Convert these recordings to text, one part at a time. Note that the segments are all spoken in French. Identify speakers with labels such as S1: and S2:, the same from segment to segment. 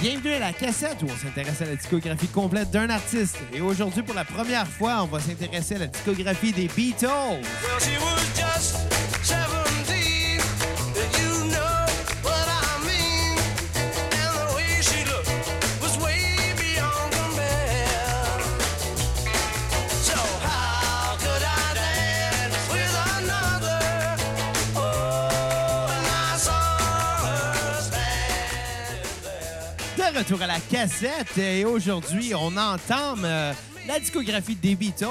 S1: Bienvenue à la cassette où on s'intéresse à la discographie complète d'un artiste. Et aujourd'hui, pour la première fois, on va s'intéresser à la discographie des Beatles.
S2: Well, she was just 17, and you know what I mean. And the way she looked was way beyond compare. So how could I dance with another? Oh, and I saw her standing there.
S1: De retour à la cassette. Et aujourd'hui, on entame euh, la discographie des Beatles.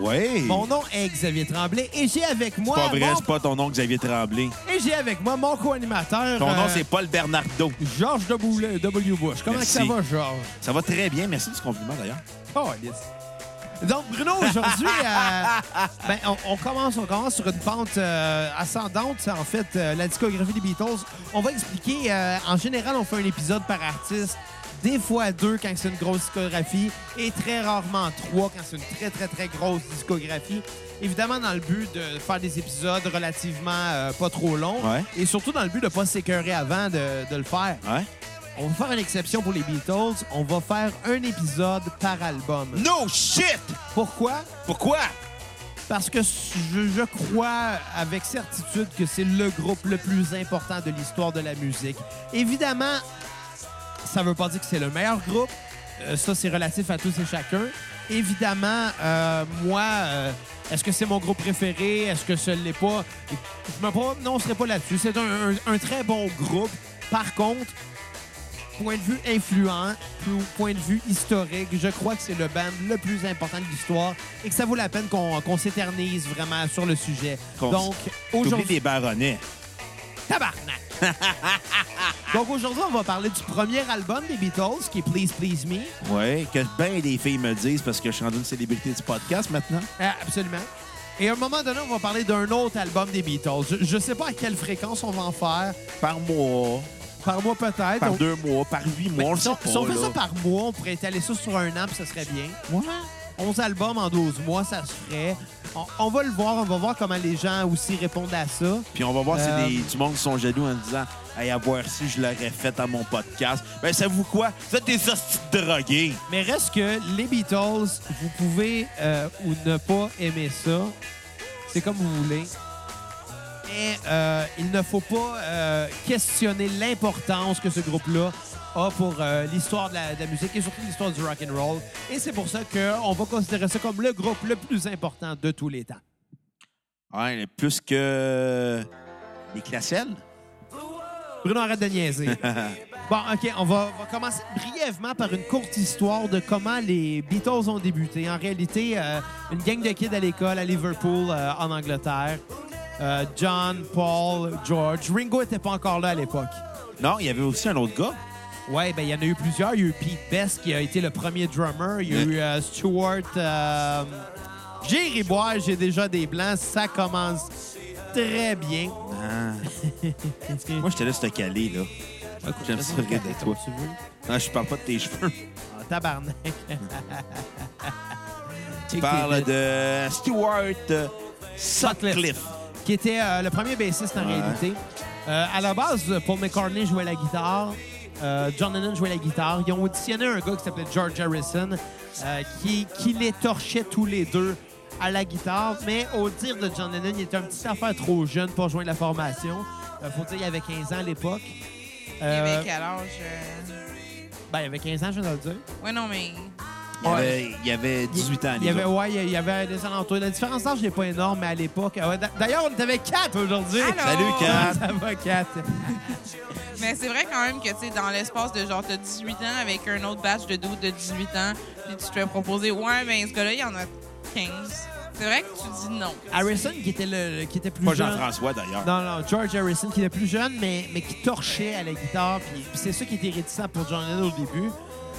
S3: Oui.
S1: Mon nom est Xavier Tremblay et j'ai avec moi.
S3: Pas vrai,
S1: mon-
S3: c'est pas ton nom Xavier Tremblay.
S1: Et j'ai avec moi mon co-animateur.
S3: Ton nom,
S1: euh,
S3: c'est Paul Bernardo.
S1: Georges W. W. Bush. Comment que ça
S3: Merci.
S1: va, Georges?
S3: Ça va très bien. Merci du compliment, d'ailleurs.
S1: Oh, Donc, Bruno, aujourd'hui, euh, ben, on, on commence, on commence sur une pente euh, ascendante. C'est en fait euh, la discographie des Beatles. On va expliquer, euh, en général, on fait un épisode par artiste, des fois deux quand c'est une grosse discographie et très rarement trois quand c'est une très, très, très grosse discographie. Évidemment, dans le but de faire des épisodes relativement euh, pas trop longs
S3: Ouais.
S1: et surtout dans le but de pas s'écœurer avant de- de le faire.
S3: Ouais.
S1: On va faire une exception pour les Beatles. On va faire un épisode par album.
S3: No shit!
S1: Pourquoi?
S3: Pourquoi?
S1: Parce que je, je crois avec certitude que c'est le groupe le plus important de l'histoire de la musique. Évidemment, ça ne veut pas dire que c'est le meilleur groupe. Euh, ça, c'est relatif à tous et chacun. Évidemment, euh, moi, euh, est-ce que c'est mon groupe préféré? Est-ce que ce l'est pas? Je me pose- non, on serait pas là-dessus. C'est un, un- un très bon groupe. Par contre, point de vue influent, pou- point de vue historique, je crois que c'est le band le plus important de l'histoire et que ça vaut la peine qu'on qu'on s'éternise vraiment sur le sujet.
S3: Qu'on-
S1: Donc,
S3: T'oublies
S1: aujourd'hui...
S3: des baronnets.
S1: Tabarnak! Donc aujourd'hui, on va parler du premier album des Beatles, qui est Please Please Me.
S3: Ouais, que ben des filles me disent parce que je suis rendu une célébrité du podcast maintenant.
S1: Euh, absolument. Et à un moment donné, on va parler d'un autre album des Beatles. Je- Je ne sais pas à quelle fréquence on va en faire.
S3: Par mois,
S1: Par mois peut-être.
S3: par
S1: On-
S3: deux mois, par huit
S1: Mais
S3: mois, on le
S1: si
S3: sait
S1: on-
S3: pas.
S1: Si on fait
S3: là.
S1: ça par mois, on pourrait étaler ça sur un an, puis ça serait bien.
S3: Ouais.
S1: 11 albums en 12 mois, ça se ferait. On, on va le voir, on va voir comment les gens aussi répondent à ça.
S3: Puis on va voir si
S1: Euh,
S3: des, du monde qui sont jaloux en disant Hey, à voir si je l'aurais fait à mon podcast. Ben, ça vous quoi? Vous êtes des hosties de drogués.
S1: Mais reste que les Beatles, vous pouvez euh, ou ne pas aimer ça. C'est comme vous voulez. Mais euh, il ne faut pas euh, questionner l'importance que ce groupe-là a pour euh, l'histoire de, la- de la musique et surtout l'histoire du rock and roll. Et c'est pour ça qu'on va considérer ça comme le groupe le plus important de tous les temps.
S3: Ouais, mais plus que les classelles.
S1: Bruno, arrête de niaiser. bon, OK, on va, on va commencer brièvement par une courte histoire de comment les Beatles ont débuté. En réalité, euh, une gang de kids à l'école à Liverpool, euh, en Angleterre. Euh, John, Paul, George. Ringo n'était pas encore là à l'époque.
S3: Non, il y avait aussi un autre gars.
S1: Ouais, ben il y en a eu plusieurs. Il y a eu Pete Best qui a été le premier drummer. Il y a
S3: Mm.
S1: eu euh, Stuart. euh, j'ai ri boire, j'ai déjà des blancs. Ça commence très bien.
S3: Ah. Moi, j'étais là, c'était calé, là. J'aime ça regarder de toi.
S1: Tu veux?
S3: Non, je parle pas de tes cheveux.
S1: Ah, tabarnak.
S3: Je parle de Stuart euh, Sutcliffe.
S1: Qui était euh, le premier bassiste en
S3: Ouais.
S1: réalité. Euh, à la base, Paul McCartney jouait la guitare. euh, John Lennon jouait la guitare. Ils ont auditionné un gars qui s'appelait George Harrison euh, qui, qui les torchait tous les deux à la guitare. Mais au dire de John Lennon, il était un petit affaire trop jeune pour joindre la formation. Euh, faut dire qu'il avait 15 ans à l'époque.
S4: Il y
S1: Euh,
S4: avait quel âge? euh?
S1: ben, il avait 15 ans, je viens de le dire.
S4: Ouais, non, mais.
S3: Il, y avait, il y avait 18 ans,
S1: Il y
S3: les
S1: avait,
S3: gars.
S1: ouais, il y avait des alentours. La différence d'âge n'est pas énorme, mais à l'époque. ah ouais, d'a- D'ailleurs, on avait quatre aujourd'hui.
S4: Allô?
S3: Salut, Kat.
S1: Ça va, Kat.
S4: Mais c'est vrai quand même que, tu sais, dans l'espace de genre, t'as 18 ans avec un autre batch de doute de 18 ans, puis tu te fais proposer, ouais, mais ce gars-là, il y en a 15. C'est vrai que tu dis non.
S1: Harrison, qui était, le, le- qui était plus
S3: Pas
S1: jeune.
S3: Jean-François, d'ailleurs.
S1: Non, non, George Harrison, qui était plus jeune, mais, mais qui torchait à la guitare. Puis, puis c'est ça qui était réticent pour John Lennon au début.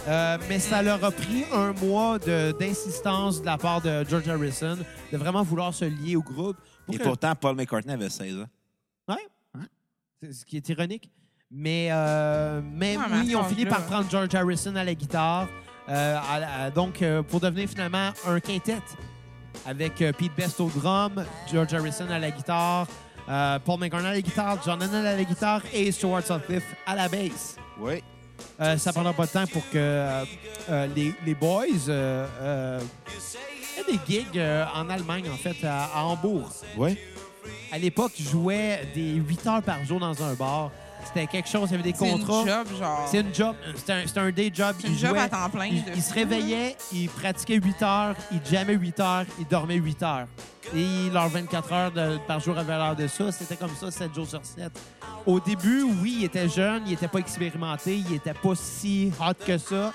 S1: Euh, mais ça leur a pris un mois de- d'insistance de, la part de George Harrison de vraiment vouloir se lier au groupe. pour
S3: Et
S1: que-
S3: pourtant, Paul McCartney avait 16 ans.
S1: Ouais. hein? C'est Ce qui est ironique. Mais, euh, mais
S4: Ouais, mais
S1: oui,
S4: à
S1: ils ont
S4: cet
S1: fini
S4: âge-là,
S1: par prendre George Harrison à la guitare. euh, à la- à- donc, euh, pour devenir finalement un quintet avec euh, Pete Best au drum, George Harrison à la guitare, Euh, Paul McCartney à la guitare, John Lennon à la guitare et Stuart Sutcliffe à la basse.
S3: Oui.
S1: Euh, ça prendra pas de temps pour que euh, euh, les, les boys euh, euh, aient des gigs euh, en Allemagne, en fait, à, à Hambourg.
S3: Oui.
S1: À l'époque, ils jouaient des 8 heures par jour dans un bar. C'était quelque chose, il y avait des
S4: C'est une
S1: contrats.
S4: job, genre.
S1: C'est une job, c'était un, c'était un day job.
S4: C'est une
S1: Ils
S4: job
S1: jouaient-
S4: à temps plein,
S1: Ils
S4: de
S1: ils se réveillaient, ils pratiquaient 8 heures, ils jammaient 8 heures, ils dormaient 8 heures. Et leurs 24 heures de- par jour avaient l'heure de ça. C'était comme ça, 7 jours sur 7. Au début, oui, ils étaient jeunes, ils n'étaient pas expérimentés, ils n'étaient pas si hot que ça.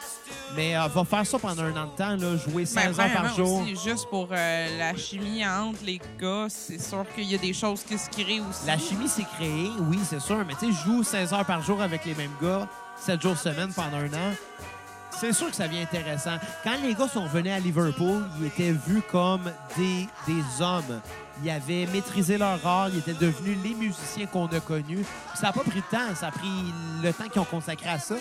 S1: Mais euh, va faire ça pendant un an de temps, là, jouer
S4: Ben,
S1: 16 heures par
S4: premièrement
S1: jour.
S4: aussi, juste pour euh, la chimie entre les gars, c'est sûr qu'il y a des choses qui se créent aussi.
S1: La chimie s'est créée, oui, c'est sûr, mais tu sais, je joue 16 heures par jour avec les mêmes gars, 7 jours semaine pendant un an. C'est sûr que ça devient intéressant. Quand les gars sont venus à Liverpool, ils étaient vus comme des, des hommes. Ils avaient maîtrisé leur art, ils étaient devenus les musiciens qu'on a connus. Puis ça n'a pas pris de temps, ça a pris le temps qu'ils ont consacré à ça.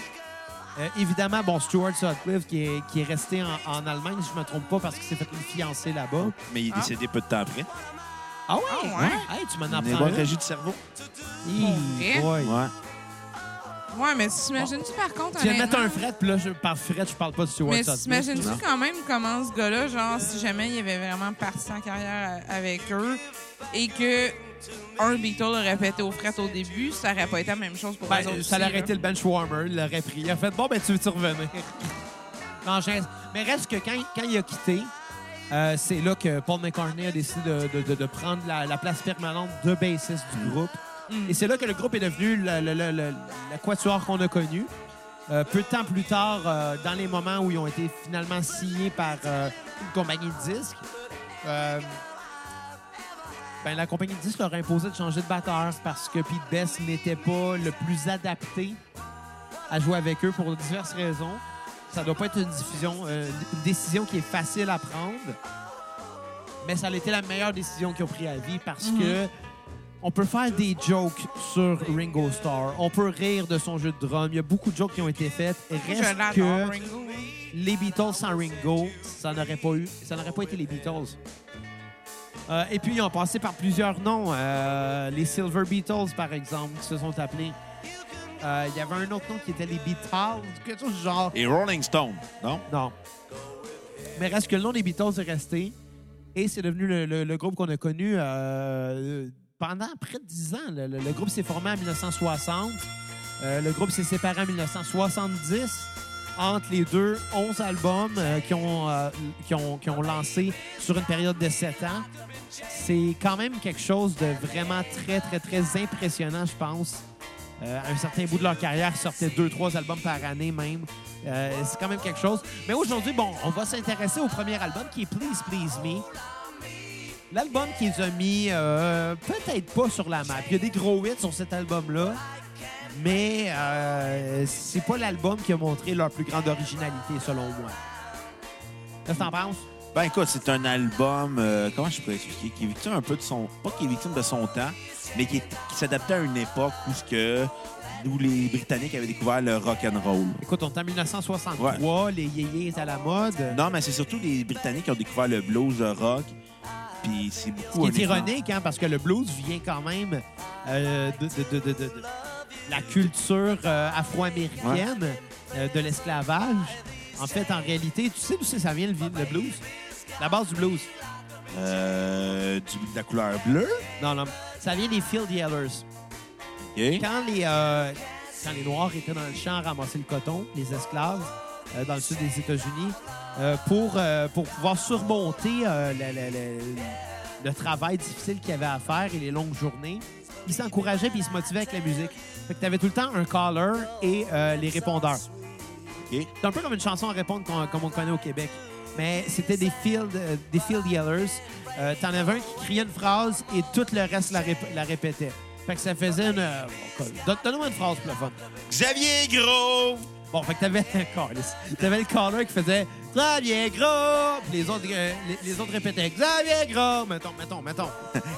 S1: Euh, évidemment, bon, Stuart Sutcliffe qui est, qui est resté en, en Allemagne, si je ne me trompe pas, parce qu'il s'est fait une fiancée là-bas.
S3: Mais il est
S4: Ah.
S3: décédé peu de temps après.
S1: Ah ouais?
S4: Ah ouais?
S1: Hey, tu m'en
S3: Une
S1: apprends. une.
S3: hémorragie du cerveau.
S1: Hi,
S4: vrai?
S1: boy.
S3: Ouais.
S4: Ouais, mais t'imagines-tu par contre.
S1: Tu viens de mettre
S4: honnêtement-
S1: un fret, puis là, je, par fret, je parle pas Ben, de Stuart
S4: Mais
S1: Sutcliffe.
S4: t'imagines-tu
S3: Non.
S4: quand même comment ce gars-là, genre, si jamais il avait vraiment parti en carrière à- avec eux et que un Beatle aurait pété aux frettes au début, ça aurait pas été la même chose pour
S1: Ben,
S4: eux autres.
S1: ça
S4: aussi,
S1: l'a
S4: là.
S1: arrêté le bench warmer, il l'aurait pris. Il a fait bon, ben tu veux-tu revenir? non, je reste- Mais reste que quand, quand il a quitté, euh, c'est là que Paul McCartney a décidé de, de- de- de prendre la, la place permanente de bassiste du groupe.
S4: Hmm.
S1: Et c'est là que le groupe est devenu le, le- le- le- le quatuor qu'on a connu. Euh, peu de temps plus tard, euh, dans les moments où ils ont été finalement signés par euh, une compagnie de disques, euh, ben, la compagnie de disques leur a imposé de changer de batteur parce que Pete Best n'était pas le plus adapté à jouer avec eux pour diverses raisons. Ça doit pas être une, diffusion, euh, une décision qui est facile à prendre, mais ça a été la meilleure décision qu'ils ont pris à vie parce
S4: Mhm.
S1: que on peut faire des jokes sur Ringo Starr, on peut rire de son jeu de drum. Il y a beaucoup de jokes qui ont été faites.
S4: Moi,
S1: Reste
S4: Je l'adore,
S1: que
S4: Ringo.
S1: les Beatles sans Ringo, ça n'aurait pas eu, ça n'aurait pas été les Beatles. Euh, et puis ils ont passé par plusieurs noms, Euh, les Silver Beatles par exemple, qui se sont appelés. Euh, Il y avait un autre nom qui était les Beatles, quelque chose du genre.
S3: Et Rolling Stone, non?
S1: Non. Mais reste que le nom des Beatles est resté et c'est devenu le, le- le groupe qu'on a connu euh, pendant près de 10 ans. Le, le- le groupe s'est formé en 1960. Euh, le groupe s'est séparé en 1970. Entre les deux, 11 albums euh, qui, ont, euh, qui, ont, qui ont lancé sur une période de 7 ans. C'est quand même quelque chose de vraiment très, très, très impressionnant, je pense. Euh, à un certain bout de leur carrière, ils sortaient deux, trois albums par année même. Euh, c'est quand même quelque chose. Mais aujourd'hui, bon, on va s'intéresser au premier album qui est Please Please Me. L'album qu'ils ont mis euh, peut-être pas sur la map. Il y a des gros hits sur cet album-là, mais euh, c'est pas l'album qui a montré leur plus grande originalité, selon moi. Qu'est-ce que t'en penses?
S3: Ben écoute, c'est un album, euh, comment je pourrais expliquer, qui est victime un peu de son, pas qui est victime de son temps, mais qui, est- qui s'adaptait à une époque où ce que où les Britanniques avaient découvert le rock and roll.
S1: Écoute, on est en 1963, les yéyés à la mode.
S3: Non, mais c'est surtout les Britanniques qui ont découvert le blues, le rock, puis c'est
S1: Ce qui
S3: beaucoup.
S1: est
S3: un élan.
S1: ironique, hein, parce que le blues vient quand même euh, de, de- de- de- de- de la culture euh, afro-américaine, euh, de l'esclavage. En fait, en réalité, tu sais d'où c'est- ça vient le, vi- le blues? La base du blues.
S3: Euh, du, de la couleur bleue.
S1: Non, non. Ça vient des Field Yellers.
S3: OK.
S1: Quand les, euh, quand les Noirs étaient dans le champ à ramasser le coton, les esclaves, euh, dans le sud des États-Unis, euh, pour, euh, pour pouvoir surmonter euh, le, le- le- le travail difficile qu'il y avait à faire et les longues journées, ils s'encourageaient puis ils se motivaient avec la musique. Fait que t'avais tout le temps un caller et euh, les répondeurs.
S3: OK.
S1: C'est un peu comme une chanson à répondre qu'on- comme on connaît au Québec. Mais c'était des field, euh, des field yellers. Euh, T'en avais un qui criait une phrase et tout le reste la, rép- la répétait. Fait que ça faisait une... euh, don- Donne-moi une phrase pour le fun.
S3: Xavier Gros!
S1: Bon, fait que t'avais... Câlisse. t'avais le caller qui faisait « Xavier Gros! » Puis les autres, euh, les, les autres répétaient « Xavier Gros! » Mettons, mettons, mettons.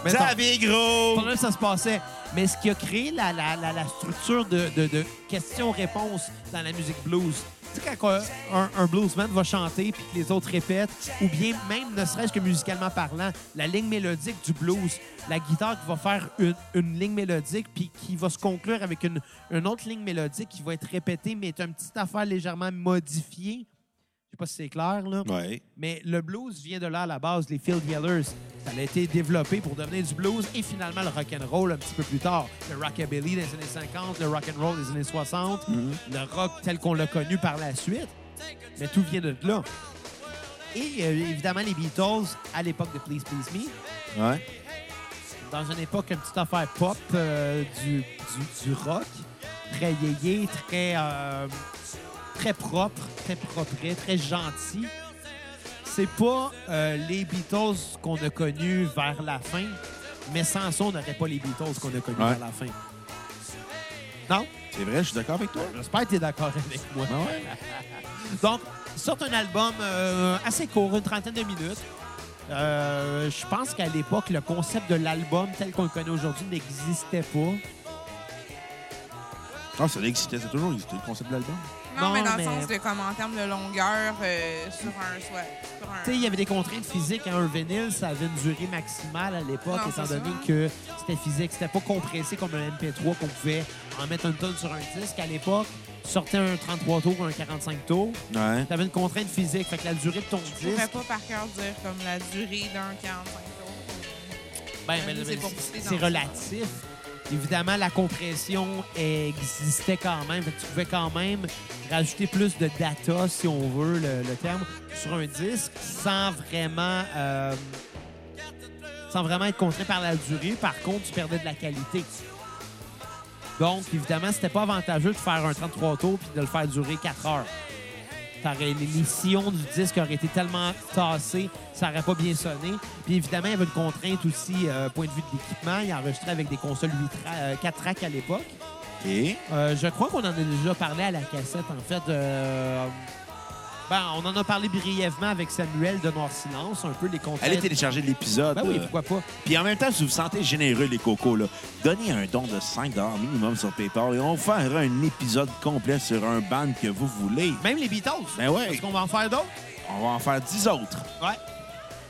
S1: Mettons.
S3: Xavier Gros!
S1: Pour là, ça se passait. Mais ce qui a créé la, la- la- la structure de, de- de questions-réponses dans la musique blues, Tu sais, quand euh, un, un bluesman va chanter puis que les autres répètent, ou bien même, ne serait-ce que musicalement parlant, la ligne mélodique du blues, la guitare qui va faire une, une ligne mélodique puis qui va se conclure avec une, une autre ligne mélodique qui va être répétée, mais est une petite affaire légèrement modifiée. Je sais pas si c'est clair, là.
S3: Ouais.
S1: Mais le blues vient de là à la base, les Field Yellers. Ça a été développé pour devenir du blues et finalement le rock and roll un petit peu plus tard. Le rockabilly des années 50, le rock and roll des années 60, le rock tel qu'on l'a connu par la suite. Mais tout vient de là. Et euh, évidemment, les Beatles, à l'époque de Please Please Me,
S3: Ouais.
S1: dans une époque, une petite affaire pop euh, du, du- du rock, très yéyé, très, euh, très propre, très propre, très gentil. C'est pas euh, les Beatles qu'on a connus vers la fin, mais sans ça, on n'aurait pas les Beatles qu'on a connus
S3: Ouais.
S1: vers la fin. Non?
S3: C'est vrai, je suis d'accord avec toi.
S1: J'espère que tu es d'accord avec moi.
S3: Ah ouais?
S1: Donc, sort un album euh, assez court, une trentaine de minutes. Euh, je pense qu'à l'époque, le concept de l'album tel qu'on le connaît aujourd'hui n'existait pas.
S3: Non, ça existait, ça a toujours existé, le concept de l'album.
S4: Non,
S1: Non,
S4: mais dans
S1: mais-
S4: le sens de comme en termes de longueur euh, sur un soit sur
S1: Tu sais,
S4: un.
S1: il y avait des contraintes physiques. à Un vinyle, ça avait une durée maximale à l'époque,
S4: Non,
S1: étant
S4: c'est
S1: donné
S4: ça.
S1: que c'était physique. C'était pas compressé comme un MP3 qu'on pouvait en mettre une tonne sur un disque. À l'époque, tu sortais un 33 tours ou un 45 tours.
S3: Ouais.
S1: Tu avais une contrainte physique. Fait que la durée de ton
S4: Je pourrais
S1: disque...
S4: pas par cœur dire comme la durée d'un 45 tours.
S1: Ben,
S4: Oui,
S1: mais-
S4: c'est
S1: mais
S4: pour
S1: c'est-
S4: pousser dans
S1: c'est
S4: le
S1: relatif. Évidemment, la compression existait quand même. Fait que tu pouvais quand même rajouter plus de data, si on veut le, le terme, sur un disque sans vraiment, euh, sans vraiment être contraint par la durée. Par contre, tu perdais de la qualité. Donc, évidemment, c'était pas avantageux de faire un 33 tours puis de le faire durer 4 heures. T'aurais- Les, les sillons du disque auraient été tellement tassés, ça n'aurait pas bien sonné. Puis évidemment, il y avait une contrainte aussi, euh, point de vue de l'équipement. Il enregistrait avec des consoles 4 tracks à l'époque.
S3: Et
S1: Euh, je crois qu'on en a déjà parlé à la cassette, en fait. euh, ben, on en a parlé brièvement avec Samuel de Noir Silence, un peu les contraintes.
S3: allez télécharger l'épisode.
S1: Euh, Ben oui,
S3: euh,
S1: pourquoi pas.
S3: Puis en même temps, si vous vous sentez généreux, les cocos, là, donnez un don de 5 minimum sur PayPal et on fera un épisode complet sur un band que vous voulez.
S1: Même les Beatles.
S3: Ben ouais.
S1: Parce qu'on va en faire d'autres.
S3: On va en faire 10 autres.
S1: Ouais.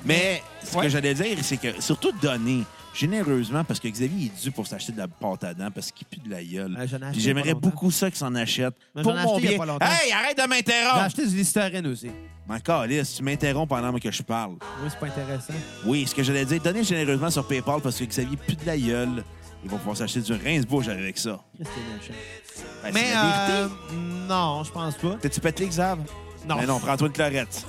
S3: Mais ce
S1: Ouais.
S3: que j'allais dire, c'est que surtout donner généreusement, parce que Xavier est dû pour s'acheter de la pâte à dents parce qu'il pue de la gueule.
S1: Euh, j'en ai
S3: Puis
S1: acheté il y a
S3: J'aimerais
S1: pas longtemps.
S3: beaucoup ça qu'il s'en achète.
S1: Mais
S3: pour
S1: j'en ai
S3: mon
S1: acheté il y a
S3: bien.
S1: pas longtemps.
S3: Hey, arrête de
S1: J'ai
S3: m'interrompre!
S1: acheté du Listerine aussi.
S3: Mon calice, tu m'interromps pendant que je parle.
S1: Oui, c'est pas intéressant.
S3: Oui, ce que j'allais dire, donnez généreusement sur PayPal parce que Xavier pue de la gueule. Ils vont pouvoir s'acheter du rince-bouche avec ça.
S1: Qu'est-ce que c'est méchant?
S3: Ben,
S1: Mais
S3: c'est la vérité.
S1: euh, non, je pense pas.
S3: T'as-tu pété, Xav?
S1: Non.
S3: Ben non, prends-toi une clarette.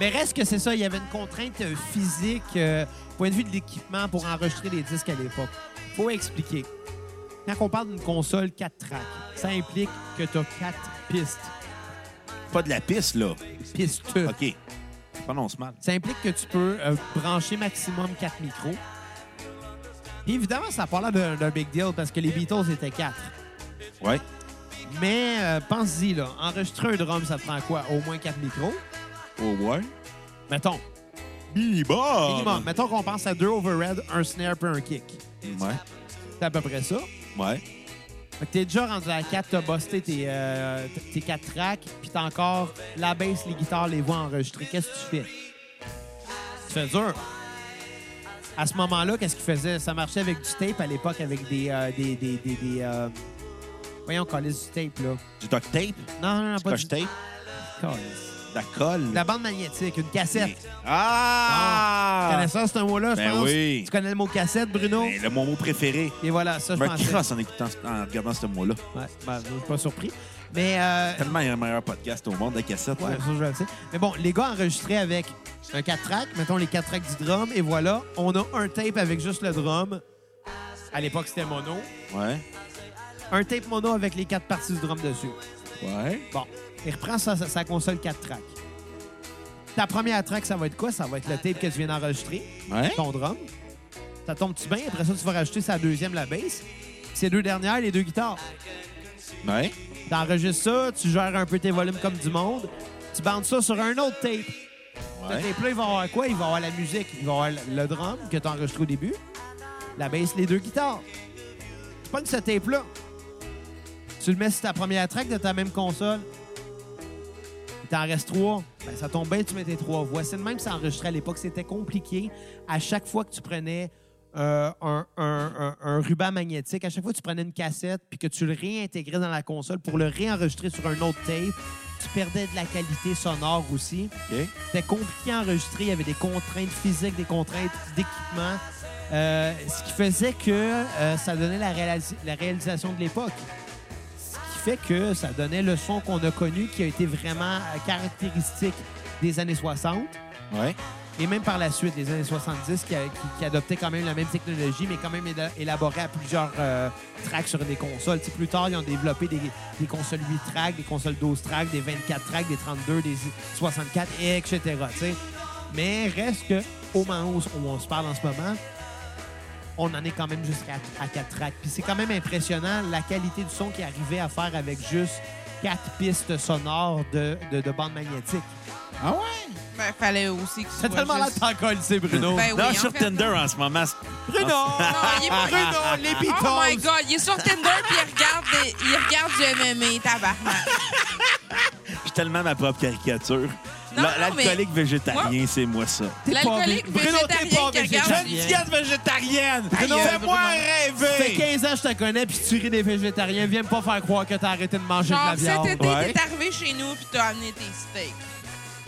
S1: Mais reste que c'est ça, il y avait une contrainte euh, physique, euh, point de vue de l'équipement pour enregistrer les disques à l'époque. Faut expliquer. Quand on parle d'une console 4 tracks, ça implique que tu as 4 pistes.
S3: Pas de la piste, là.
S1: Pistes.
S3: OK. Je prononce mal.
S1: Ça implique que tu peux euh, brancher maximum 4 micros. Puis évidemment, ça parle d'un d'un big deal parce que les Beatles étaient 4.
S3: Ouais.
S1: Mais euh, pense-y, là, enregistrer un drum, ça te prend quoi? Au moins 4 micros?
S3: Oh, ouais.
S1: Mettons,
S3: Minimum.
S1: minimum. Mettons qu'on pense à deux overhead, un snare puis un kick.
S3: Ouais.
S1: C'est à peu près ça.
S3: Ouais.
S1: Fait que t'es déjà rendu à 4, t'as busté tes, euh, tes 4 tracks, puis t'as encore la basse, les guitares, les voix enregistrées. Qu'est-ce que tu fais? Tu fais dur. À ce moment-là, qu'est-ce qu'il faisait? Ça marchait avec du tape à l'époque, avec des... euh, des, des, des, des, euh, Voyons, calisse du tape, là.
S3: Du duct tape,
S1: Non, non, non,
S3: du
S1: pas
S3: scotch
S1: du tape.
S3: tape, de la colle.
S1: De la bande magnétique, une cassette. Tu
S3: Ah!
S1: connais ça, ce mot-là, je
S3: Ben
S1: pense?
S3: oui.
S1: Tu connais le mot cassette, Bruno?
S3: Ben, le mon mot préféré.
S1: Et voilà, ça,
S3: Je
S1: je
S3: me
S1: pensais.
S3: crosse en, écoutant, en regardant ce mot-là.
S1: Ouais, ben, je suis pas surpris. Mais... euh,
S3: Tellement il y a le meilleur podcast au monde, la cassette.
S1: Ouais,
S3: là.
S1: ça, je le sais. Mais bon, les gars enregistraient avec un 4 tracks, mettons les 4 tracks du drum, et voilà, on a un tape avec juste le drum. À l'époque, c'était mono.
S3: Ouais.
S1: Un tape mono avec les quatre parties du drum dessus.
S3: Ouais.
S1: Bon, il reprend sa, sa- sa console 4 tracks. Ta première track, ça va être quoi? Ça va être le tape que tu viens d'enregistrer,
S3: Ouais.
S1: ton drum. Ça tombe-tu bien? Après ça, tu vas rajouter sa deuxième, la bass. Ces deux dernières, les deux guitares.
S3: Ouais.
S1: T'enregistres ça, tu gères un peu tes volumes comme du monde, tu bandes ça sur un autre tape.
S3: Ouais.
S1: Et puis là, il va avoir quoi? Il va avoir la musique, il va avoir le drum que tu enregistré au début, la basse, les deux guitares. Tu pognes ce tape-là. Tu le mets sur ta première track de ta même console. T'en restes trois. Ben, ça tombe bien, tu mettais trois voix. C'est de même que ça enregistrait à l'époque. C'était compliqué. À chaque fois que tu prenais euh, un, un- un- un ruban magnétique, à chaque fois que tu prenais une cassette puis que tu le réintégrais dans la console pour le réenregistrer sur un autre tape, tu perdais de la qualité sonore aussi.
S3: OK?
S1: C'était compliqué à enregistrer. Il y avait des contraintes physiques, des contraintes d'équipement. Euh, ce qui faisait que euh, ça donnait la, réalis- la réalisation de l'époque. Ce qui fait que ça donnait le son qu'on a connu, qui a été vraiment euh, caractéristique des années 60
S3: Ouais.
S1: et même par la suite, les années 70, qui, a- qui- qui adoptaient quand même la même technologie, mais quand même éla- élaborée à plusieurs euh, tracks sur des consoles. Tu sais, plus tard, ils ont développé des, des consoles 8 tracks, des consoles 12 tracks, des 24 tracks, des 32, des 64, etc. tu sais. Mais reste que, au moment où, où on se parle en ce moment, on en est quand même jusqu'à à 4 tracks. Puis c'est quand même impressionnant la qualité du son qu'ils arrivaient à faire avec juste 4 pistes sonores de, de, de bande magnétique.
S3: Ah ouais?
S4: Ben, fallait aussi que tu
S1: C'est
S4: sois
S1: tellement
S4: juste-
S1: là de t'en c'est Bruno.
S4: Ben oui,
S3: non,
S4: en
S3: sur
S4: fait.
S3: Tinder en ce moment. c'est-
S1: Bruno!
S4: il est pas-
S1: Bruno, les Beatles!
S4: Oh my God, il est sur Tinder puis il regarde, des- il regarde du MMA, tabarnak.
S3: Je suis tellement ma propre caricature.
S4: Non,
S3: La-
S4: non,
S3: L'alcoolique végétarien, c'est moi ça.
S1: T'es pas
S4: L'alcoolique
S1: vé- Bruno, t'es
S4: végétarien
S1: pas
S4: qui
S1: végétarien.
S4: regarde. du-
S1: Bien.
S3: diète végétarienne!
S4: Bruno,
S3: Fais-moi
S1: Ça fait
S3: rêver!
S1: 15 ans que je te connais, puis tu ris des végétariens. Viens me pas faire croire que t'as arrêté de manger de
S4: Genre,
S1: la viande.
S4: cet été,
S3: Ouais.
S4: t'es arrivé chez nous puis t'as amené tes steaks.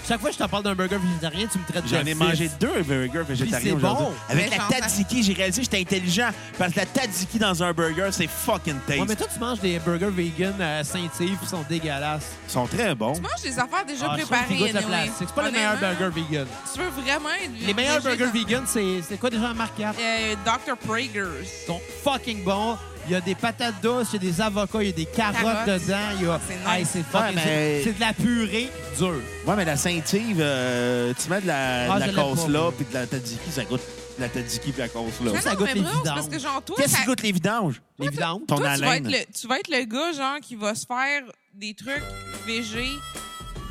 S1: Chaque fois que je te parle d'un burger végétarien, tu me traites de
S3: J'en ai
S1: fils.
S3: mangé deux burgers
S1: Puis c'est
S3: végétariens aujourd'hui.
S1: bon.
S3: Avec
S4: Mais
S3: la
S4: j'en-
S3: tzatziki, j'ai réalisé que j'étais intelligent parce que la tzatziki dans un burger, c'est fucking
S1: Ouais, mais
S3: taste.
S1: toi, tu manges des burgers vegan à Saint-Yves, qui sont dégueulasses.
S3: Ils sont très bons.
S4: Tu manges des affaires déjà
S1: Ah, je trouve qu'ils
S4: préparées.
S1: goûtent le
S4: anyway.
S1: plastique. C'est pas les meilleurs
S4: Honnêtement,
S1: burgers vegan.
S4: Tu veux vraiment être
S1: Les meilleurs
S4: végé-
S1: burgers vegan, c'est c'est quoi déjà, Marc Ils
S4: Euh, Dr. Prager's.
S1: sont fucking bons. Il y a des patates douces, il y a des avocats, il y a des carottes,
S4: Carottes.
S1: dedans. Il y a...
S4: C'est nice.
S1: Hey, c'est fucking...
S3: Ouais, mais-
S1: c'est- C'est de la purée dure.
S3: Ouais, mais la Saint-Yves, euh, tu mets de la,
S1: Ah,
S3: de
S1: je
S3: la
S1: l'aime
S3: cause
S1: pas,
S3: là
S1: moi.
S3: puis de la tzatziki, ça goûte de la tzatziki puis la cause là.
S4: Mais
S1: ça
S4: non,
S1: goûte
S4: mais
S1: les
S4: Bruce,
S1: vidanges.
S4: Parce que genre, toi,
S3: Qu'est-ce
S4: ça-
S3: qui goûte les vidanges?
S1: Évidemment.
S3: Ton
S4: toi, tu vas, être
S3: haleine.
S4: le, tu vas être le gars, genre, qui va se faire des trucs VG,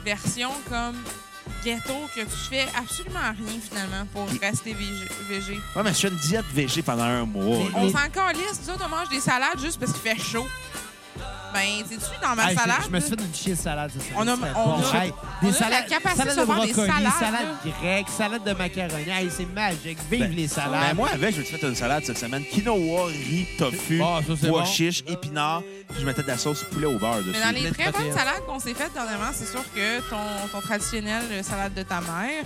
S4: version comme ghetto, que tu fais absolument rien, finalement, pour rester VG. VG.
S3: Ouais, mais je fais une diète végé pendant un mois.
S1: Mais-
S3: là.
S4: On s'en calisse, nous autres, on mange des salades juste parce qu'il fait chaud. Ben, sais-tu, dans ma
S1: Hey, je-
S4: salade...
S1: Je me suis fait une chier salade. Ça,
S4: On a-
S1: c'était
S4: on
S1: bon.
S4: a-
S1: Hey,
S4: on
S1: des
S4: a
S1: salades,
S4: la capacité
S1: salade
S4: de
S1: de
S4: faire des
S1: brocoli,
S4: salades,
S1: salade
S4: là.
S1: grecque, salade de macaroni. Hey, c'est magique. Vive
S3: Ben,
S1: les salades.
S3: Ben, moi, avec, je me suis fait une salade cette semaine. Quinoa, riz, tofu,
S1: Ah, ça, c'est
S3: pois
S1: bon.
S3: chiches, épinards. Puis je mettais de la sauce poulet au beurre dessus.
S4: Mais dans les
S1: de
S4: très bonnes
S1: protéines.
S4: salades qu'on s'est faites dernièrement, c'est sûr que ton, ton traditionnel euh, salade de ta mère,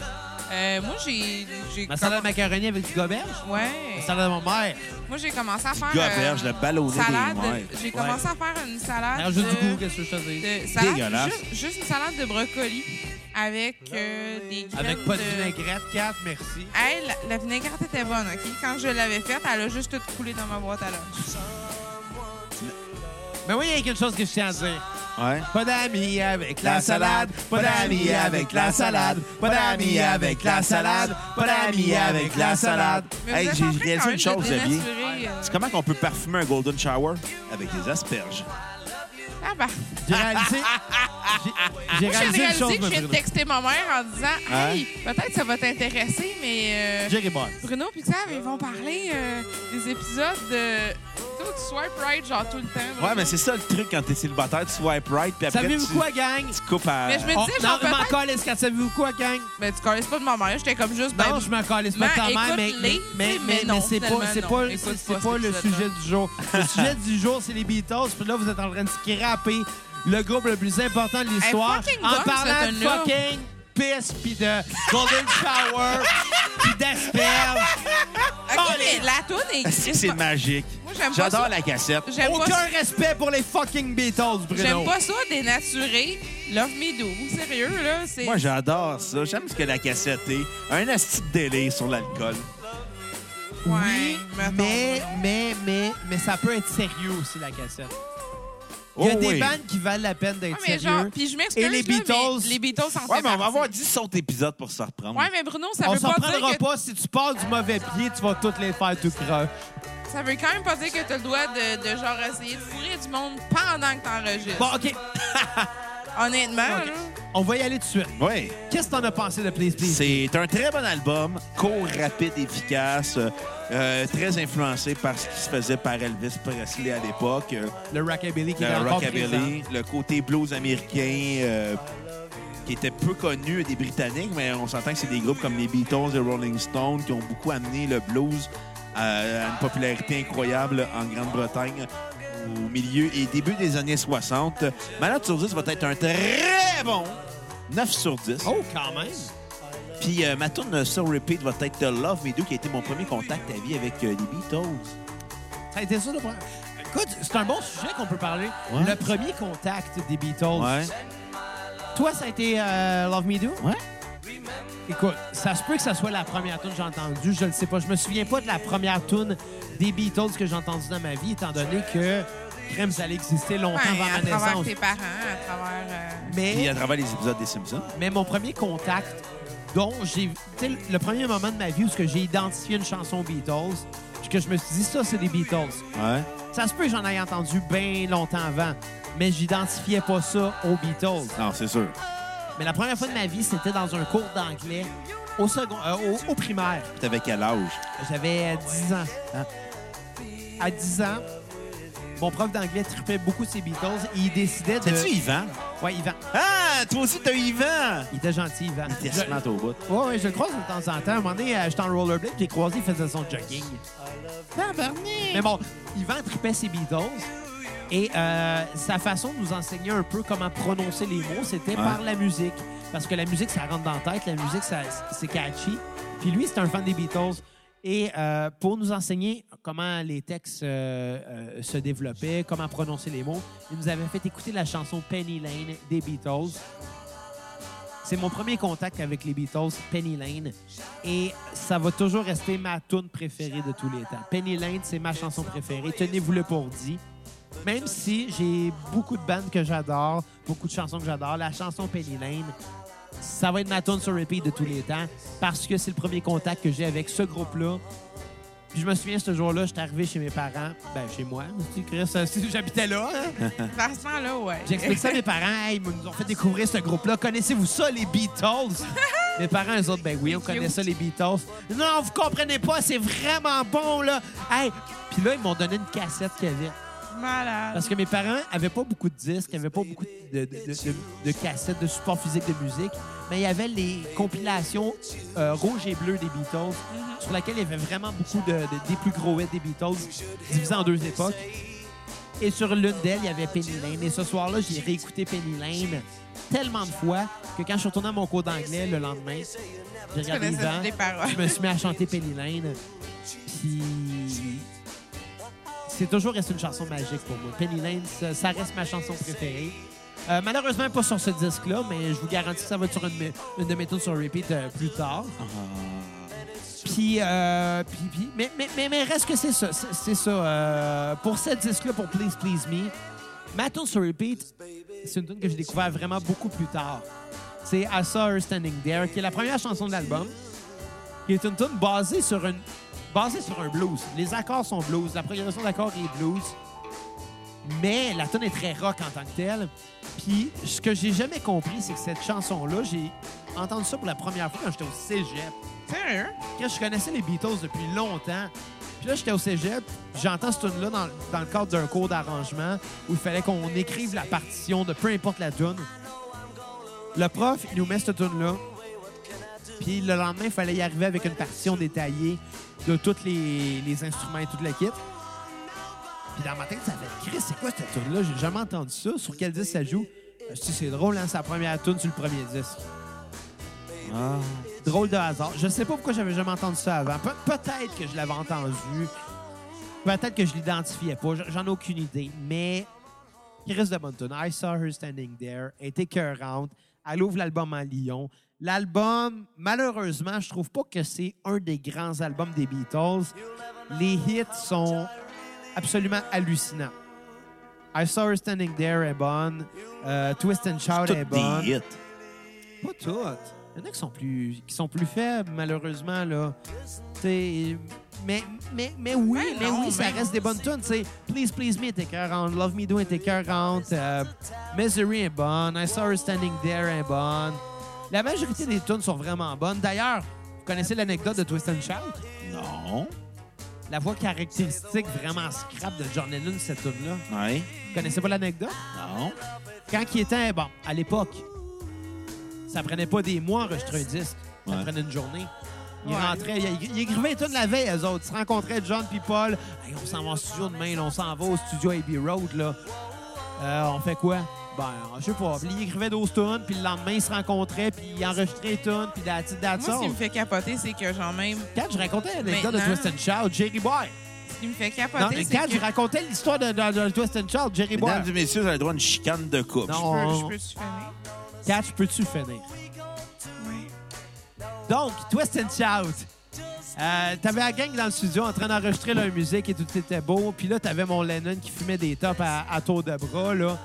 S4: euh, moi, j'ai... j'ai
S1: Ma salade de macaroni avec du goberge.
S4: Ouais.
S1: La salade de mon mère.
S4: Moi, j'ai commencé à faire.
S3: Goberge,
S4: euh,
S3: le ballonné
S4: salade.
S3: des mères.
S4: J'ai commencé à faire une salade.
S1: Alors, juste
S4: de-
S1: du goût, qu'est-ce que je te dis?
S4: de salade-
S3: Dégueulasse.
S4: Juste, juste une salade de brocoli avec euh, des
S1: Avec
S4: graines
S1: pas de vinaigrette, 4, merci.
S4: Hey, la, la vinaigrette était bonne, OK? Quand je l'avais faite, elle a juste tout coulé dans ma boîte à lunch.
S1: Mais Ben oui, il y a quelque chose que je tiens à dire.
S3: Ouais.
S1: Pas d'amis avec la salade. Pas d'amis avec la salade. Pas d'amis avec la salade. Pas d'amis avec la salade.
S4: Mais
S3: Hey,
S4: vous êtes
S3: j'ai
S4: en train
S3: réalisé
S4: quand
S3: une
S4: même
S3: chose,
S4: de
S3: Xavier.
S4: dénaturer, euh,
S3: C'est comment qu'on peut parfumer un golden shower? Avec des asperges.
S4: Ah, bah.
S1: J'ai réalisé. j'ai- J'ai
S4: Moi, j'ai
S1: réalisé une
S4: réalisé
S1: chose,
S4: que je viens de
S1: Bruno.
S4: texter ma mère en disant
S3: Hein?
S4: Hey, peut-être ça va t'intéresser, mais. euh,
S1: Jerry Boy.
S4: Bruno puis Sam, ils vont parler euh, des épisodes de. Tu sais, où tu swipe right, genre tout le temps.
S3: Ouais,
S4: euh, Bruno.
S3: mais c'est ça le truc quand t'es célibataire, tu swipe right, puis après
S1: Savez-vous
S3: tu,
S1: quoi, gang?
S3: tu coupes à...
S4: Mais je me
S1: On-
S4: disais,
S1: non,
S4: genre,
S1: je m'en
S4: peut-être-
S1: calisse quand savez-vous quoi, gang?
S4: Ben, tu connais pas de ma mère, j'étais comme juste.
S1: Non,
S4: ben,
S1: je m'en calisse pas de ta
S4: Ben,
S1: mère, mais,
S4: écoute-les,
S1: mais,
S4: mais
S1: mais,
S4: non,
S1: mais c'est pas,
S4: finalement,
S1: c'est
S4: non.
S1: pas,
S4: Écoute
S1: c'est-
S4: pas
S1: c'est
S4: cet
S1: pas le
S4: épisode-là.
S1: sujet du jour. Le sujet du jour, c'est les Beatles, puis là, vous êtes en train de scraper le groupe le plus important de l'histoire
S4: fucking
S1: en
S4: bonne,
S1: parlant
S4: cette
S1: de
S4: tune-là.
S1: fucking pisse, puis de Golden Shower, puis d'asperges.
S4: Ok, mais la toune est.
S3: C'est c'est magique.
S4: Moi, j'aime pas
S3: J'adore
S4: ça.
S3: la cassette.
S4: J'aime pas,
S1: Aucun
S4: ça-
S1: respect pour les fucking Beatles, Bruno.
S4: j'aime pas ça, dénaturer. Love me do. Sérieux, là. C'est.
S3: Moi, j'adore ça. J'aime ce que la cassette est. Un asti de délire sur l'alcool.
S1: Oui,
S4: mettons.
S1: mais, mais, mais, mais ça peut être sérieux aussi, la cassette. Il y a
S3: Oh
S1: des
S3: oui.
S1: bandes qui valent la peine d'être
S4: Ouais, Ah, mais genre,
S1: sérieux.
S4: puis je m'excuse.
S1: Et les
S4: là, mais
S1: Beatles-
S4: Les Beatles s'en
S3: Ouais, mais
S4: fait
S3: on
S4: partie.
S3: va avoir 10 autres épisodes pour se reprendre.
S4: Ouais, mais Bruno, ça
S1: Mm. on
S4: veut
S1: s'en
S4: pas dire
S1: prendra
S4: que
S1: pas. Si tu pars du mauvais pied, tu vas toutes les faire tout croche.
S4: Ça veut quand même pas dire que t'as le droit de, de genre essayer de fourrer du monde pendant que t'enregistres.
S1: Bon, OK.
S4: Honnêtement,
S1: Ok.
S4: là.
S1: On va y aller tout de suite.
S3: Ouais.
S1: Qu'est-ce que t'en as pensé de Please Please?
S3: C'est un très bon album, court, rapide, efficace, euh, euh, très influencé par ce qui se faisait par Elvis Presley à l'époque, euh,
S1: Le Rockabilly qui est
S3: le
S1: encore présent.
S3: rockabilly, le côté blues américain, euh, qui étaient peu connus des Britanniques, mais on s'entend que c'est des groupes comme les Beatles, les Rolling Stones qui ont beaucoup amené le blues à, à une popularité incroyable en Grande-Bretagne au milieu et début des années 60. Malade sur 10 va être un très bon 9 sur 10.
S1: Oh, quand même!
S3: Puis euh, ma tune sur repeat va être Love Me Do, qui a été mon premier contact à vie avec euh, les Beatles.
S1: Ça a été ça le problème. Écoute, c'est un bon sujet qu'on peut parler.
S3: Ouais.
S1: Le premier contact des Beatles.
S3: Ouais.
S1: Toi, ça a été euh, Love Me Do?
S3: Ouais.
S1: Écoute, ça se peut que ça soit la première tune que j'ai entendue, je ne sais pas. Je me souviens pas de la première tune des Beatles que j'ai entendue dans ma vie, étant donné que Crème, ça allait exister longtemps
S4: Ouais,
S1: avant ma
S4: Ben, à travers
S1: naissance.
S4: tes parents, à travers. euh,
S3: Puis
S1: Mais,
S3: à travers les épisodes des Simpsons.
S1: mais mon premier contact, dont j'ai. Tu sais, le premier moment de ma vie où ce que j'ai identifié une chanson aux Beatles, puis que je me suis dit, ça, c'est des Beatles.
S3: Ouais.
S1: Ça se peut que j'en aille entendu bien longtemps avant, mais j'identifiais pas ça aux Beatles.
S3: Non, c'est sûr.
S1: Mais la première fois de ma vie, c'était dans un cours d'anglais au, second, euh, au, au primaire.
S3: Puis T'avais quel âge?
S1: J'avais euh, 10 ans. hein. À 10 ans, mon prof d'anglais tripait beaucoup ses Beatles et il décidait de...
S3: T'as-tu Yvan?
S1: Ouais, Yvan.
S3: Ah, toi aussi, t'as Yvan!
S1: Il était gentil, Yvan.
S3: Il était
S1: Je-
S3: smart au bout.
S1: Ouais, ouais, je le croise de temps en temps. À un moment donné, euh, j'étais en rollerblade, j'ai croisé, il faisait son jogging. Mais bon, Yvan tripait ses Beatles. Et euh, sa façon de nous enseigner un peu comment prononcer les mots, c'était par la musique. Parce que la musique, ça rentre dans la tête. La musique, ça- c'est catchy. Puis lui, c'est un fan des Beatles. Et euh, pour nous enseigner comment les textes euh, euh, se développaient, comment prononcer les mots, il nous avait fait écouter la chanson Penny Lane des Beatles. C'est mon premier contact avec les Beatles, Penny Lane. Et ça va toujours rester ma tune préférée de tous les temps. Penny Lane, c'est ma chanson préférée. Tenez-vous-le pour dit. Même si j'ai beaucoup de bandes que j'adore, beaucoup de chansons que j'adore, la chanson Penny Lane, ça va être ma tune sur repeat de tous les temps parce que c'est le premier contact que j'ai avec ce groupe-là. Puis je me souviens, ce jour-là, j'étais arrivé chez mes parents, ben chez moi, tu Chris, euh, si j'habitais là. hein.
S4: Vers ce temps-là, ouais.
S1: J'explique ça à mes parents, Hey, ils nous ont fait découvrir ce groupe-là. Connaissez-vous ça, les Beatles? mes parents, eux autres, ben oui, on connaît ça, les Beatles. Non, vous comprenez pas, c'est vraiment bon, là. Hey! Puis là, ils m'ont donné une cassette qu'il y avait.
S4: Malade.
S1: Parce que mes parents avaient pas beaucoup de disques, avaient pas beaucoup de, de- de- de- de cassettes, de support physique de musique, mais il y avait les compilations euh, rouges et bleues des Beatles,
S4: Mm-hmm.
S1: sur laquelle il y avait vraiment beaucoup de, de- des plus gros hits des Beatles, divisés en deux époques. Et sur l'une d'elles, il y avait Penny Lane. Et ce soir-là, j'ai réécouté Penny Lane tellement de fois que quand je suis retourné à mon cours d'anglais le lendemain, j'ai regardé
S4: connaissais
S1: Yvan,
S4: toutes les paroles.
S1: je me suis mis à chanter Penny Lane. Puis c'est toujours resté une chanson magique pour moi. Penny Lane, ça, ça reste ma chanson préférée. Euh, malheureusement, pas sur ce disque-là, mais je vous garantis que ça va être sur une, de mes- une de mes tunes sur repeat euh, plus tard. Puis, euh, puis, puis- mais, mais, mais, mais reste que c'est ça. C'est c'est ça. euh, pour ce disque-là, pour Please Please Me, ma tune sur repeat, c'est une tune que j'ai découvert vraiment beaucoup plus tard. C'est I Saw Her Standing There, qui est la première chanson de l'album, qui est une tune basée sur une basée sur un blues. Les accords sont blues, la progression d'accords est blues, mais la tune est très rock en tant que telle. Puis ce que j'ai jamais compris, c'est que cette chanson-là, j'ai entendu ça pour la première fois quand j'étais au cégep.
S4: Sérieux?
S1: Quand je connaissais les Beatles depuis longtemps, puis là, j'étais au cégep, puis j'entends cette tune-là dans, dans le cadre d'un cours d'arrangement où il fallait qu'on écrive la partition de peu importe la tune. Le prof, il nous met cette tune-là, puis le lendemain, il fallait y arriver avec une partition détaillée de tous les, les instruments et toute l'équipe. Puis dans ma tête, ça fait Chris, c'est quoi cette tune-là? J'ai jamais entendu ça. Sur quel disque ça joue? Je dis, c'est drôle, hein, c'est la première tune sur le premier disque.
S3: Ah.
S1: Drôle de hasard. Je sais pas pourquoi j'avais jamais entendu ça avant. Pe- Peut-être que je l'avais entendu. Peut-être que je l'identifiais pas. J- J'en ai aucune idée. Mais Chris de Bonton, I Saw Her Standing There, est écœurante. Elle ouvre l'album en Lyon. L'album, malheureusement, je trouve pas que c'est un des grands albums des Beatles. Les hits sont absolument hallucinants. I Saw Her Standing There est bonne. Euh, Twist and Shout
S3: Toutes
S1: est bonne.
S3: des hits.
S1: Pas toutes. Il y en a qui sont plus, qui sont plus faibles, malheureusement. Là. T'sais, Mais, mais, mais oui,
S4: Ouais,
S1: mais
S4: Ben non,
S1: oui, ça
S4: mais-
S1: reste des bonnes tunes. t'sais. Please, Please Me est écœurante. Love Me Do est écœurante. euh, Misery est bonne. I Saw Her Standing There est bonne. La majorité des tunes sont vraiment bonnes. D'ailleurs, vous connaissez l'anecdote de Twist and Shout?
S3: Non.
S1: La voix caractéristique vraiment scrap de John Lennon, cette tune-là.
S3: Ouais.
S1: Vous connaissez pas l'anecdote?
S3: Non.
S1: Quand il était, bon, à l'époque, ça prenait pas des mois enregistrer un disque. Ça
S3: Ouais.
S1: prenait une journée. Ils
S4: Ouais.
S1: rentraient, ils, ils écrivaient tout de la veille, eux autres. Ils se rencontraient, John puis Paul. Hey, on s'en va en studio demain, là, on s'en va au studio Abbey Road, là. Euh, on fait quoi? Ben, je sais pas. Puis ils écrivaient 12 tunes, puis le lendemain, ils se rencontraient, puis ils enregistraient les tunes, puis la petite date
S4: Moi, ce qui me fait capoter, c'est que, genre, même.
S1: Quand je racontais l'anecdote de
S4: Maintenant-
S1: Twist and Shout, Jerry Boy.
S4: Ce qui me fait
S1: Non,
S4: capoter,
S1: mais
S4: c'est
S1: quand
S4: que.
S1: je racontais l'histoire de, de, de Twist and Shout, Jerry Boy.
S3: Mesdames et messieurs, vous avez le droit à une chicane de couple.
S1: Non.
S4: Je peux- Je peux-tu finir?
S1: Catch, peux-tu finir?
S4: Oui.
S1: Donc, Twist and Shout. Euh, t'avais la gang dans le studio en train d'enregistrer leur musique et tout était beau. Puis là, t'avais mon Lennon qui fumait des tops à, à tour de bras, là.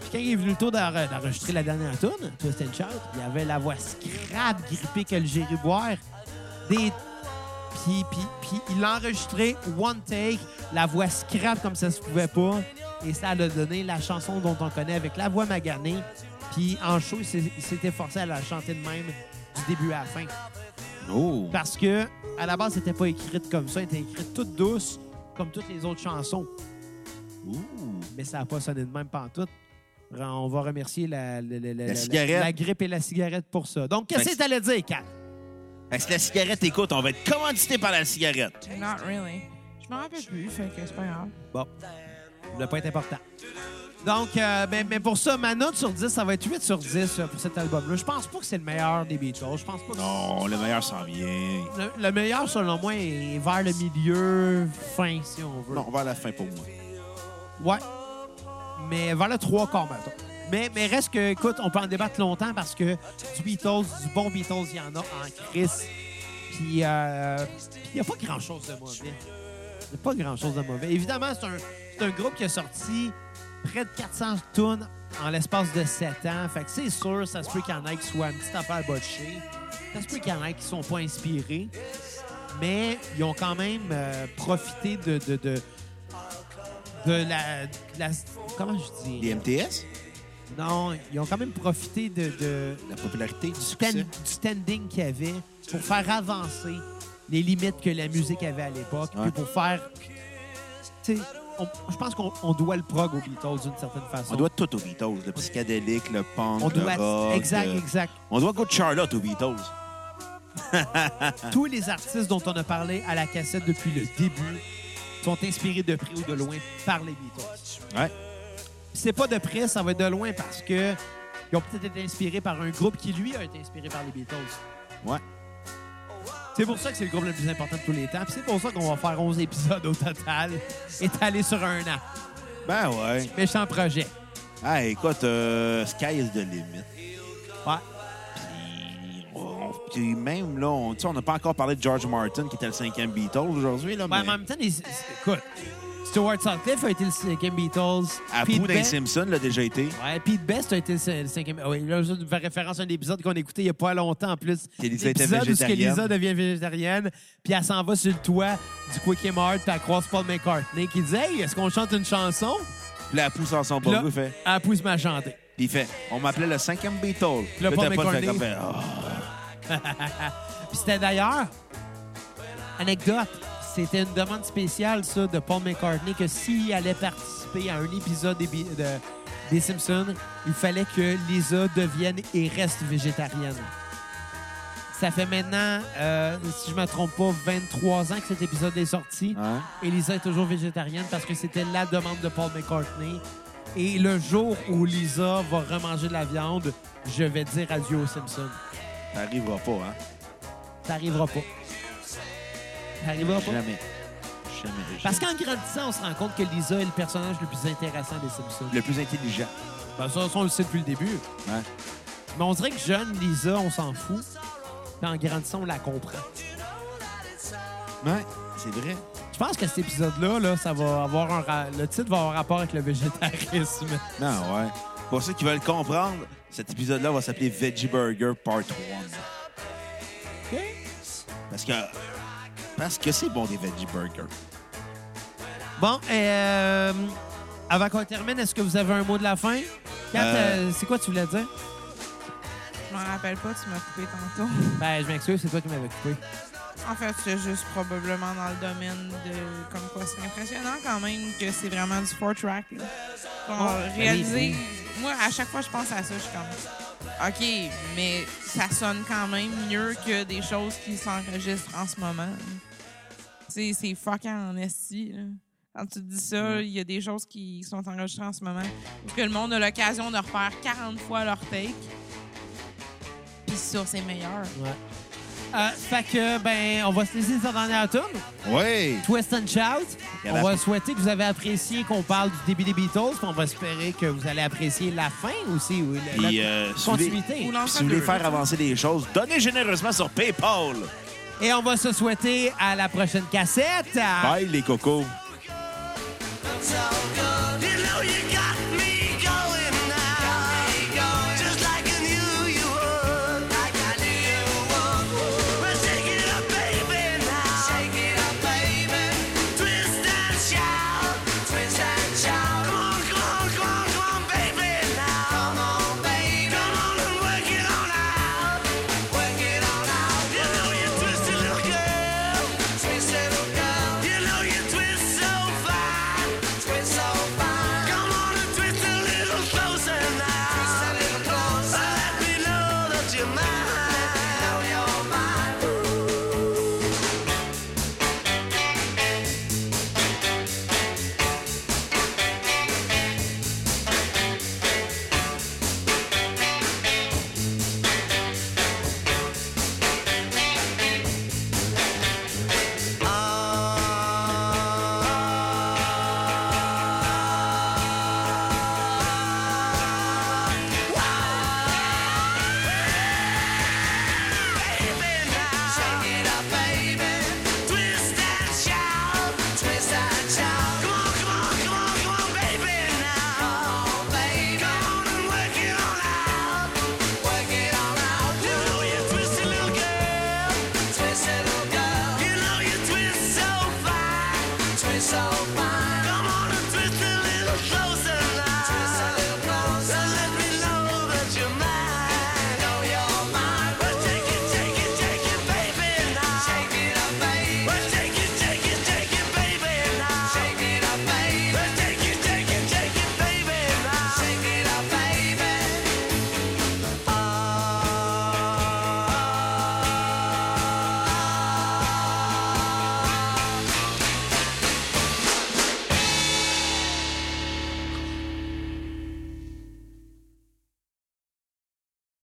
S1: Puis quand il est venu le tour d'en- d'enregistrer la dernière tune, Twist and Shout, il avait la voix scrap grippée que le Jerry Boire. Des... Puis, puis, puis il a enregistré One Take, la voix scrap comme ça se pouvait pas. Et ça a donné la chanson dont on connaît avec la voix maganée. Puis en show, il s'est- il s'était forcé à la chanter de même du début à la fin.
S3: Oh.
S1: Parce que, à la base, c'était pas écrite comme ça. Elle était écrite toute douce, comme toutes les autres chansons.
S3: Ouh.
S1: Mais ça n'a pas sonné de même pantoute. Re- On va remercier la, la, la- la- la-
S3: cigarette.
S1: la grippe et la cigarette pour ça. Donc, qu'est-ce
S3: Fait
S1: que
S3: que-
S1: t'allais dire, Kat?
S3: Parce que la cigarette, écoute, on va être commandité par la cigarette.
S4: Not really. Je m'en rappelle plus, fait que c'est pas grave.
S1: Bon, ça ne pas être important. Donc, euh, ben- mais pour ça, ma note sur 10, ça va être 8 sur 10 euh, pour cet album-là. Je pense pas que c'est le meilleur des Beatles. Je pense pas que
S3: Non, le meilleur s'en vient.
S1: Le, le meilleur, selon moi, est vers le milieu, fin, si on veut.
S3: Non, vers la fin pour moi.
S1: Ouais. Mais vers le 3 quarts, mettons. Mais, mais reste que, écoute, on peut en débattre longtemps parce que du Beatles, du bon Beatles, il y en a en crise. Puis, euh, puis il n'y a pas grand-chose de mauvais. Il n'y a pas grand-chose de mauvais. Évidemment, c'est un, c'est un groupe qui a sorti près de 400 tunes en l'espace de 7 ans. Fait que c'est sûr, ça se peut qu'il y en ait qui soient une petite affaire botchée. Ça se peut qu'il y en ait qui sont pas inspirés. Mais ils ont quand même euh, profité de- de- de, de la, de la- Comment je dis?
S3: Les MTS,
S1: Non, ils ont quand même profité de, de-
S3: la popularité, du
S1: du,
S3: succès.
S1: stand- du standing qu'il y avait pour faire avancer les limites que la musique avait à l'époque.
S3: Ouais.
S1: puis pour faire. tu sais, on- je pense qu'on on doit le prog aux Beatles d'une certaine façon.
S3: On doit tout aux Beatles, le psychédélique, le punk,
S1: On
S3: le euh,
S1: doit-
S3: rock.
S1: exact,
S3: le-
S1: exact.
S3: On doit go de Charlotte aux Beatles. hein.
S1: Tous les artistes dont on a parlé à la cassette depuis le début sont inspirés de près ou de loin par les Beatles.
S3: Ouais.
S1: Puis c'est pas de près, ça va être de loin parce que ils ont peut-être été inspirés par un groupe qui, lui, a été inspiré par les Beatles.
S3: Ouais.
S1: C'est pour ça que c'est le groupe le plus important de tous les temps. Puis c'est pour ça qu'on va faire 11 épisodes au total, étalés sur un an.
S3: Ben ouais.
S1: Méchant projet.
S3: Ah, écoute, euh, sky is the limit.
S1: Ouais.
S3: Puis, on- puis même là, on tu sais, on n'a pas encore parlé de George Martin, qui était le cinquième Beatles aujourd'hui. Là,
S1: Ouais,
S3: mais
S1: mais en même temps, les- écoute, Stuart Sutcliffe a été le cinquième Beatles.
S3: à
S1: Pete
S3: bout d'un
S1: Best-
S3: Simpson, l'a déjà été.
S1: Ouais, Pete Best a été le le cinquième. ah Oui, là, je fais référence à un épisode qu'on écoutait il n'y a pas longtemps en plus.
S3: Qu'Elisa était
S1: L'épisode où ce que
S3: végétarienne.
S1: Lisa devient végétarienne, puis elle s'en va sur le toit du Quick and Mart, puis elle croise Paul McCartney qui dit Hey, est-ce qu'on chante une chanson
S3: Puis là, elle pousse en son
S1: Puis là,
S3: bambou, il fait.
S1: Elle pousse ma chanter.
S3: Puis il fait, on m'appelait le cinquième Beatles.
S1: Le Paul
S3: t'as pas de
S1: McCartney.
S3: cinquième, fait, Ah.
S1: Puis c'était d'ailleurs, anecdote, c'était une demande spéciale, ça, de Paul McCartney, que s'il allait participer à un épisode des, Bi- de- des Simpsons, il fallait que Lisa devienne et reste végétarienne. Ça fait maintenant, euh, si je me trompe pas, 23 ans que cet épisode est sorti.
S3: Hein?
S1: Et Lisa est toujours végétarienne parce que c'était la demande de Paul McCartney. Et le jour où Lisa va remanger de la viande, je vais dire adieu aux Simpsons.
S3: Ça arrivera pas, hein?
S1: Ça n'arrivera pas. Ça n'arrivera pas.
S3: Jamais. Jamais.
S1: Parce qu'en grandissant, on se rend compte que Lisa est le personnage le plus intéressant des Simpsons.
S3: Le plus intelligent. hein?
S1: Ben, ça, ça, on le sait depuis le début.
S3: Ouais.
S1: Mais on dirait que jeune, Lisa, on s'en fout. Mais en grandissant, on la comprend.
S3: Ouais, c'est vrai.
S1: Je pense que cet épisode-là, là, ça va avoir un ra- le titre va avoir un rapport avec le végétarisme.
S3: Non, ouais. Pour ceux qui veulent comprendre, cet épisode-là va s'appeler Veggie Burger Part 1. Parce que. Parce que c'est bon des Veggie Burgers.
S1: Bon, euh, avant qu'on termine, est-ce que vous avez un mot de la fin? Kat,
S3: Euh.
S1: euh, c'est quoi tu voulais dire?
S4: Je m'en rappelle pas, tu m'as coupé tantôt.
S1: Ben, je m'excuse, c'est toi qui m'avais coupé.
S4: En fait, c'est juste probablement dans le domaine de. Comme quoi, c'est impressionnant quand même que c'est vraiment du four track. là. Genre,
S1: Oh,
S4: réaliser.
S1: oui,
S4: Moi, à chaque fois, je pense à ça, je suis comme. OK, mais ça sonne quand même mieux que des choses qui s'enregistrent en ce moment. Tu sais, c'est fucking en esti, là. Quand tu te dis ça, il y a des choses qui sont enregistrées en ce moment. Parce que le monde a l'occasion de refaire 40 fois leur take. Puis ça, c'est meilleur.
S1: Ouais. Euh, fait que, ben, on va se laisser sur la dernière tune.
S3: Ouais.
S1: Twist and Shout.
S3: Regarde
S1: On
S3: la
S1: va
S3: fin.
S1: souhaiter que vous avez apprécié qu'on parle du début des Beatles, puis on va espérer que vous allez apprécier la fin aussi, ou la,
S3: Puis,
S1: la
S3: euh, si vous voulez-
S1: continuité.
S4: Ou l'en-
S3: si vous voulez faire avancer les choses, donnez généreusement sur PayPal.
S1: Et on va se souhaiter à la prochaine cassette.
S3: Bye les cocos.